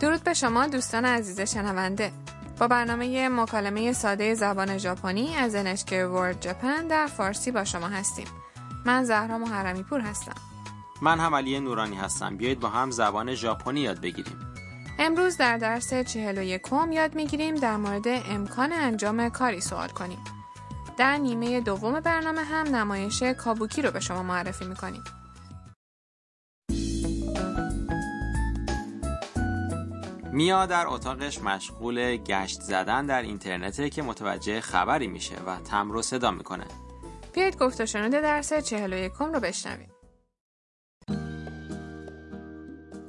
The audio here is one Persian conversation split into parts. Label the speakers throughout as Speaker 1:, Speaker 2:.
Speaker 1: درود به شما دوستان عزیز شنونده با برنامه مکالمه ساده زبان ژاپنی از NHK World Japan در فارسی با شما هستیم من زهرا محرمی پور هستم
Speaker 2: من هم علی نورانی هستم بیایید با هم زبان ژاپنی یاد بگیریم
Speaker 1: امروز در درس 41 کم یاد میگیریم در مورد امکان انجام کاری سوال کنیم در نیمه دوم برنامه هم نمایش کابوکی رو به شما معرفی میکنیم
Speaker 2: میا در اتاقش مشغول گشت زدن در اینترنته که متوجه خبری میشه و تم رو صدا میکنه
Speaker 1: بیایید گفت و شنود درس 41 رو بشنویم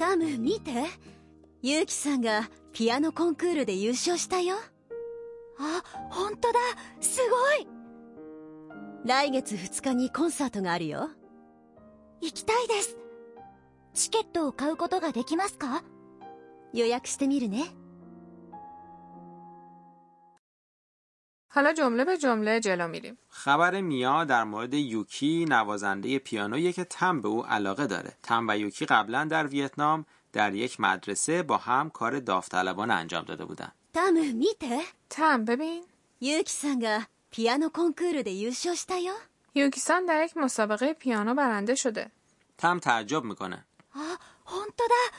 Speaker 3: タム見てユウキさんがピアノコンクールで優勝したよあ本当だすごい来月2日にコンサートがあるよ行きたいですチケットを買うことができますか予約してみるね
Speaker 1: حالا جمله به جمله جلو میریم
Speaker 2: خبر میا در مورد یوکی نوازنده پیانویی که تم به او علاقه داره تم و یوکی قبلا در ویتنام در یک مدرسه با هم کار داوطلبانه انجام داده بودند
Speaker 3: タム見て
Speaker 1: تم ببین
Speaker 3: ユウキさんがピアノコンクールで優勝したよ
Speaker 1: یوکیسان در یک مسابقه پیانو برنده شده
Speaker 2: تم تعجب میکنه
Speaker 3: あ本当だ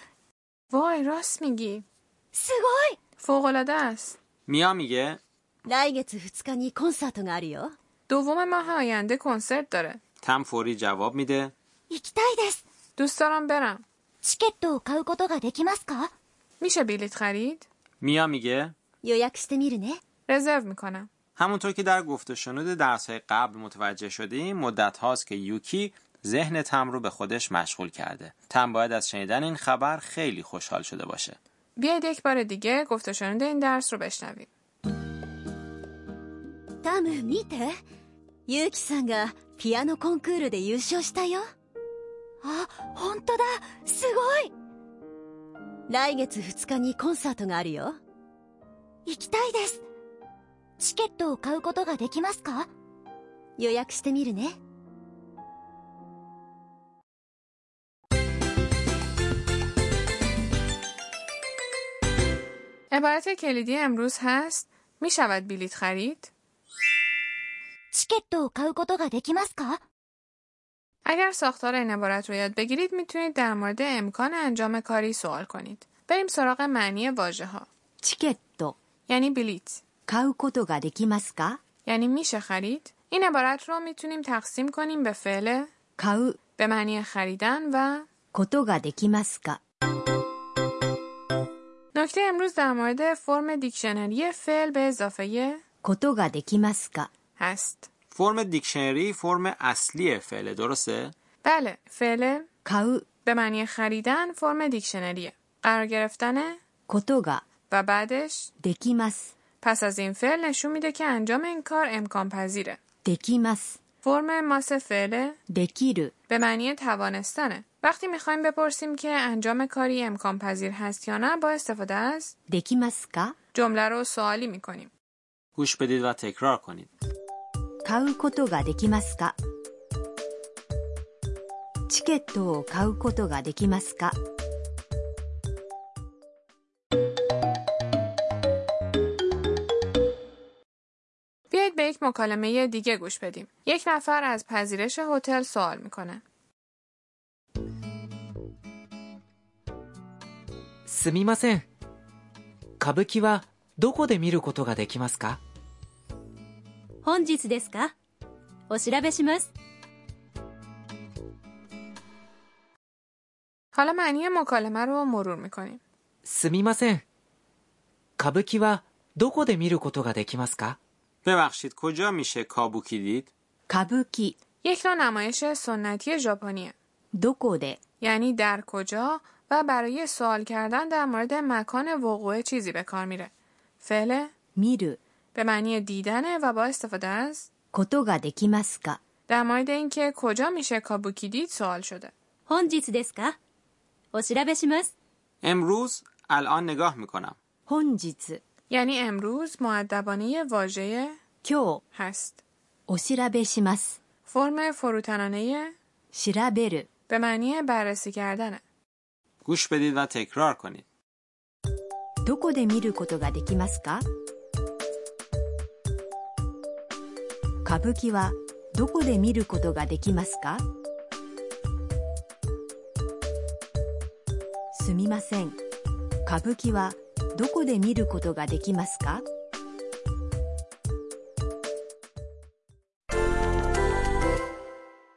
Speaker 1: وای راست میگی
Speaker 3: すごい
Speaker 1: فوقالعاده است
Speaker 2: میا میگه
Speaker 3: 来月2日にコンサートがあるよ
Speaker 1: دوم ماه آینده کنسرت داره
Speaker 2: تم فوری جواب میده
Speaker 3: 行きたいです
Speaker 1: دوست دارم برم
Speaker 3: チケットを買うことができますか
Speaker 1: میشه بلیت خرید
Speaker 2: میا میگه
Speaker 3: 予約してみるね
Speaker 1: رزرو میکنم
Speaker 2: همونطور که در گفت و شنود درس های قبل متوجه شدیم مدت هاست که یوکی ذهن تم رو به خودش مشغول کرده تم باید از شنیدن این خبر خیلی خوشحال شده باشه
Speaker 1: بیایید یک بار دیگه گفت و شنود این درس رو بشنویم
Speaker 3: タム見てユウキさんがピアノコンクールで優勝したよあ本当だすごい来月2日にコンサートがあるよ行きたいですチケットを買うことができますか予約してみるね
Speaker 1: عبارت کلیدی امروز هست میشود بلیت خرید
Speaker 3: チケットを買うことができますか
Speaker 1: اگر ساختار این عبارت رو یاد بگیرید میتونید در مورد امکان انجام کاری سوال کنید بریم سراغ معنی واژه ها
Speaker 3: チケット
Speaker 1: یعنی بلیت
Speaker 3: 買うことができますか
Speaker 1: یعنی میشه خرید این عبارت رو میتونیم تقسیم کنیم به فعل
Speaker 3: 買う
Speaker 1: به معنی خریدن و
Speaker 3: ことができますか
Speaker 1: نکته امروز در مورد فرم دیکشنری فعل به اضافه
Speaker 3: ことができますか
Speaker 1: هست
Speaker 2: فرم دیکشنری فرم اصلی فعل درسته
Speaker 1: بله فعل
Speaker 3: 買う
Speaker 1: به معنی خریدن فرم دیکشنریه قرار گرفتن
Speaker 3: ことが
Speaker 1: و بعدش
Speaker 3: できます
Speaker 1: پس از این فعل نشون میده که انجام این کار امکان پذیره
Speaker 3: できます
Speaker 1: فرم ماس فعله
Speaker 3: できる
Speaker 1: به معنی توانستنه وقتی میخوایم بپرسیم که انجام کاری امکان پذیر هست یا نه با استفاده از
Speaker 3: できますか
Speaker 1: جمله رو سوالی میکنیم
Speaker 2: گوش بدید و تکرار کنید
Speaker 3: 買うことができますかチケットを買うことができますか
Speaker 1: بیایید به یک مکالمه دیگه گوش بدیم یک نفر از پذیرش هتل سوال میکنه
Speaker 4: すみません歌舞伎はどこで見ることができますか
Speaker 3: 本日ですかお調べします
Speaker 1: حالا معنی مکالمه رو مرور میکنیم
Speaker 4: すみません歌舞伎はどこで見ることができますか
Speaker 2: ببخشید کجا میشه کابوکی دید
Speaker 3: 歌舞伎
Speaker 1: یک نوع نمایش سنتی ژاپنیه
Speaker 3: どこで
Speaker 1: یعنی در کجا و برای سوال کردن در مورد مکان وقوع چیزی به کار میره فعل
Speaker 3: 見る
Speaker 1: به معنی دیدنه و با استفاده از
Speaker 3: ことができますか
Speaker 1: در مورد اینکه کجا میشه کابوکی دید سوال شده
Speaker 3: 本日ですかお調べします
Speaker 2: امروز الان نگاه میکنم
Speaker 3: 本日
Speaker 1: یعنی امروز معدبانه واژه
Speaker 3: 今日
Speaker 1: هست
Speaker 3: お調べします
Speaker 1: فرم فروتنانه
Speaker 3: 調べる
Speaker 1: به معنی بررسی کردنه
Speaker 2: گوش بدید و تکرار کنید
Speaker 3: どこで見ることができますか歌舞伎はどこで見ることができますかすみません歌舞伎はどこで見ることができますか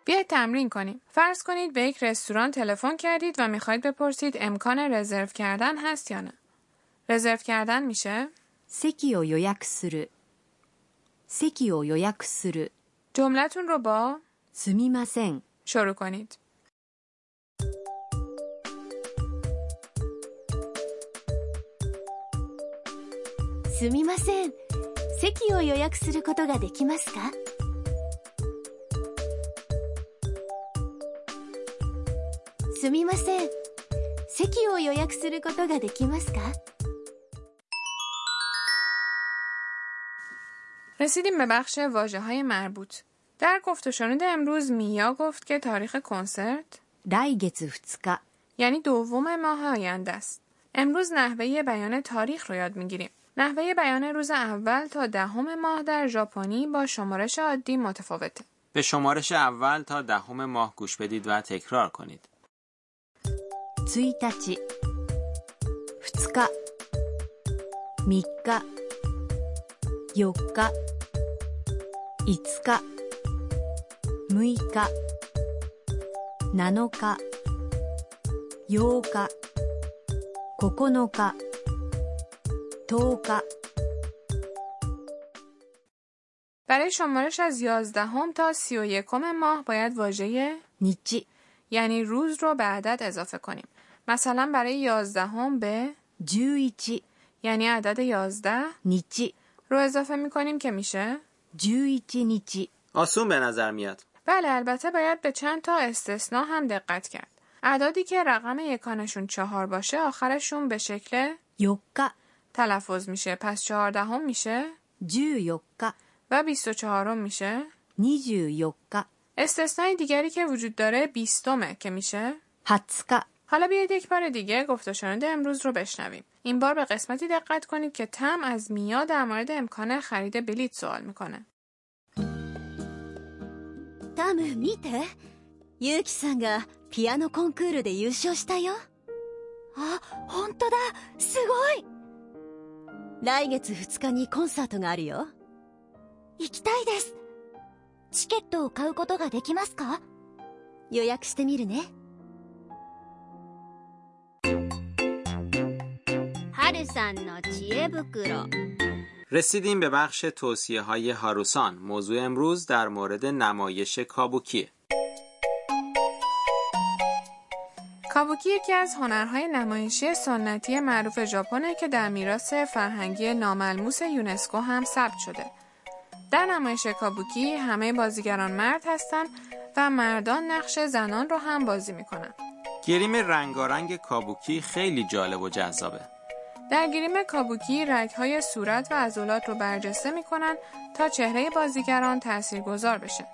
Speaker 1: بیاید تمرین کنیم. فرض کنید به یک رستوران تلفن کردید و میخواید بپرسید امکان رزرو کردن هست یا نه. رزرو کردن میشه؟
Speaker 3: 席を予約する席を予約する
Speaker 1: جملتون رو با
Speaker 3: すみません
Speaker 1: شروع کنید.
Speaker 5: すみません席を予約することができますかすみません席を予約することができますか
Speaker 1: رسیدیم به بخش واجه های مربوط. در گفت و شنود امروز میا گفت که تاریخ کنسرت
Speaker 3: 来月2日
Speaker 1: یعنی دوم ماه آینده است. امروز نحوه بیان تاریخ رو یاد میگیریم. نحوه بیان روز اول تا دهم ماه در ژاپنی با شمارش عادی متفاوته.
Speaker 2: به شمارش اول تا دهم ماه گوش بدید و تکرار کنید.
Speaker 3: 1日2日3日4日5日6日7日8日9日10日
Speaker 1: برای شمارش از 11 هم تا 31 ماه باید واژه
Speaker 3: 日
Speaker 1: یعنی روز رو به عدد اضافه کنیم. مثلا برای 11 هم به
Speaker 3: 11
Speaker 1: یعنی عدد 11
Speaker 3: 日
Speaker 1: رو اضافه می کنیم که میشه
Speaker 3: 11日
Speaker 2: آسون به نظر میاد.
Speaker 1: بله البته باید به چند تا استثنا هم دقت کرد. اعدادی که رقم یکانشون چهار باشه آخرشون به شکل
Speaker 3: 4日
Speaker 1: تلفظ میشه پس چهاردهم میشه
Speaker 3: 14日
Speaker 1: و 24 میشه
Speaker 3: 24日
Speaker 1: استثنای دیگری که وجود داره بیستمه که میشه
Speaker 3: 20日
Speaker 1: حالا بیایید یک بار دیگه گفت و شنود امروز رو بشنویم این بار به قسمتی دقت کنید که تم از میا در مورد امکان خرید بلیت سوال میکنه
Speaker 5: タム見てユウキさんがピアノコンクールで優勝したよあ本当だすごい来月2日にコンサートがあるよ行きたいですチケットを買うことができますか予約してみるねはるさんの知恵袋
Speaker 2: رسیدیم به بخش توصیه های هاروسان. موضوع امروز در مورد نمایش کابوکیه.
Speaker 1: کابوکی یکی از هنرهای نمایشی سنتی معروف ژاپنه که در میراث فرهنگی ناملموس یونسکو هم ثبت شده در نمایش کابوکی همه بازیگران مرد هستند و مردان نقش زنان رو هم بازی میکنن
Speaker 2: گریم رنگارنگ کابوکی خیلی جالب و جذابه.
Speaker 1: در گریم کابوکی رگهای صورت و عضلات رو برجسته میکنن تا چهره بازیگران تاثیرگذار بشه.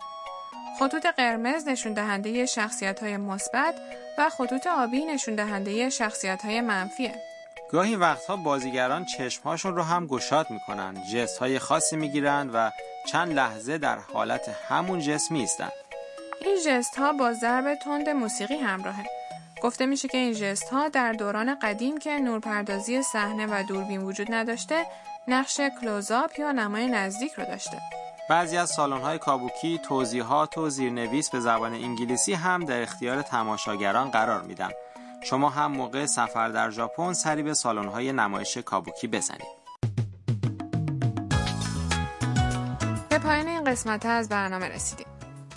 Speaker 1: خطوط قرمز نشون دهنده شخصیت های مثبت و خطوط آبی نشون دهنده شخصیت های منفیه.
Speaker 2: گاهی وقتها بازیگران چشمهاشون رو هم گشاد میکنن جست های خاصی میگیرن و چند لحظه در حالت همون جسم میستن
Speaker 1: این ژست ها با ضرب تند موسیقی همراهه. گفته میشه که این ژست ها در دوران قدیم که نورپردازی صحنه و دوربین وجود نداشته، نقش کلوزآپ یا نمای نزدیک رو داشته.
Speaker 2: بعضی از سالن‌های کابوکی توضیحات و زیرنویس به زبان انگلیسی هم در اختیار تماشاگران قرار میدن شما هم موقع سفر در ژاپن سری به سالن‌های نمایش کابوکی بزنید
Speaker 1: به پایان این قسمت از برنامه رسیدیم.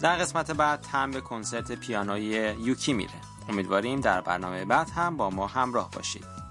Speaker 2: در قسمت بعد هم به کنسرت پیانوی یوکی میره امیدواریم در برنامه بعد هم با ما همراه باشید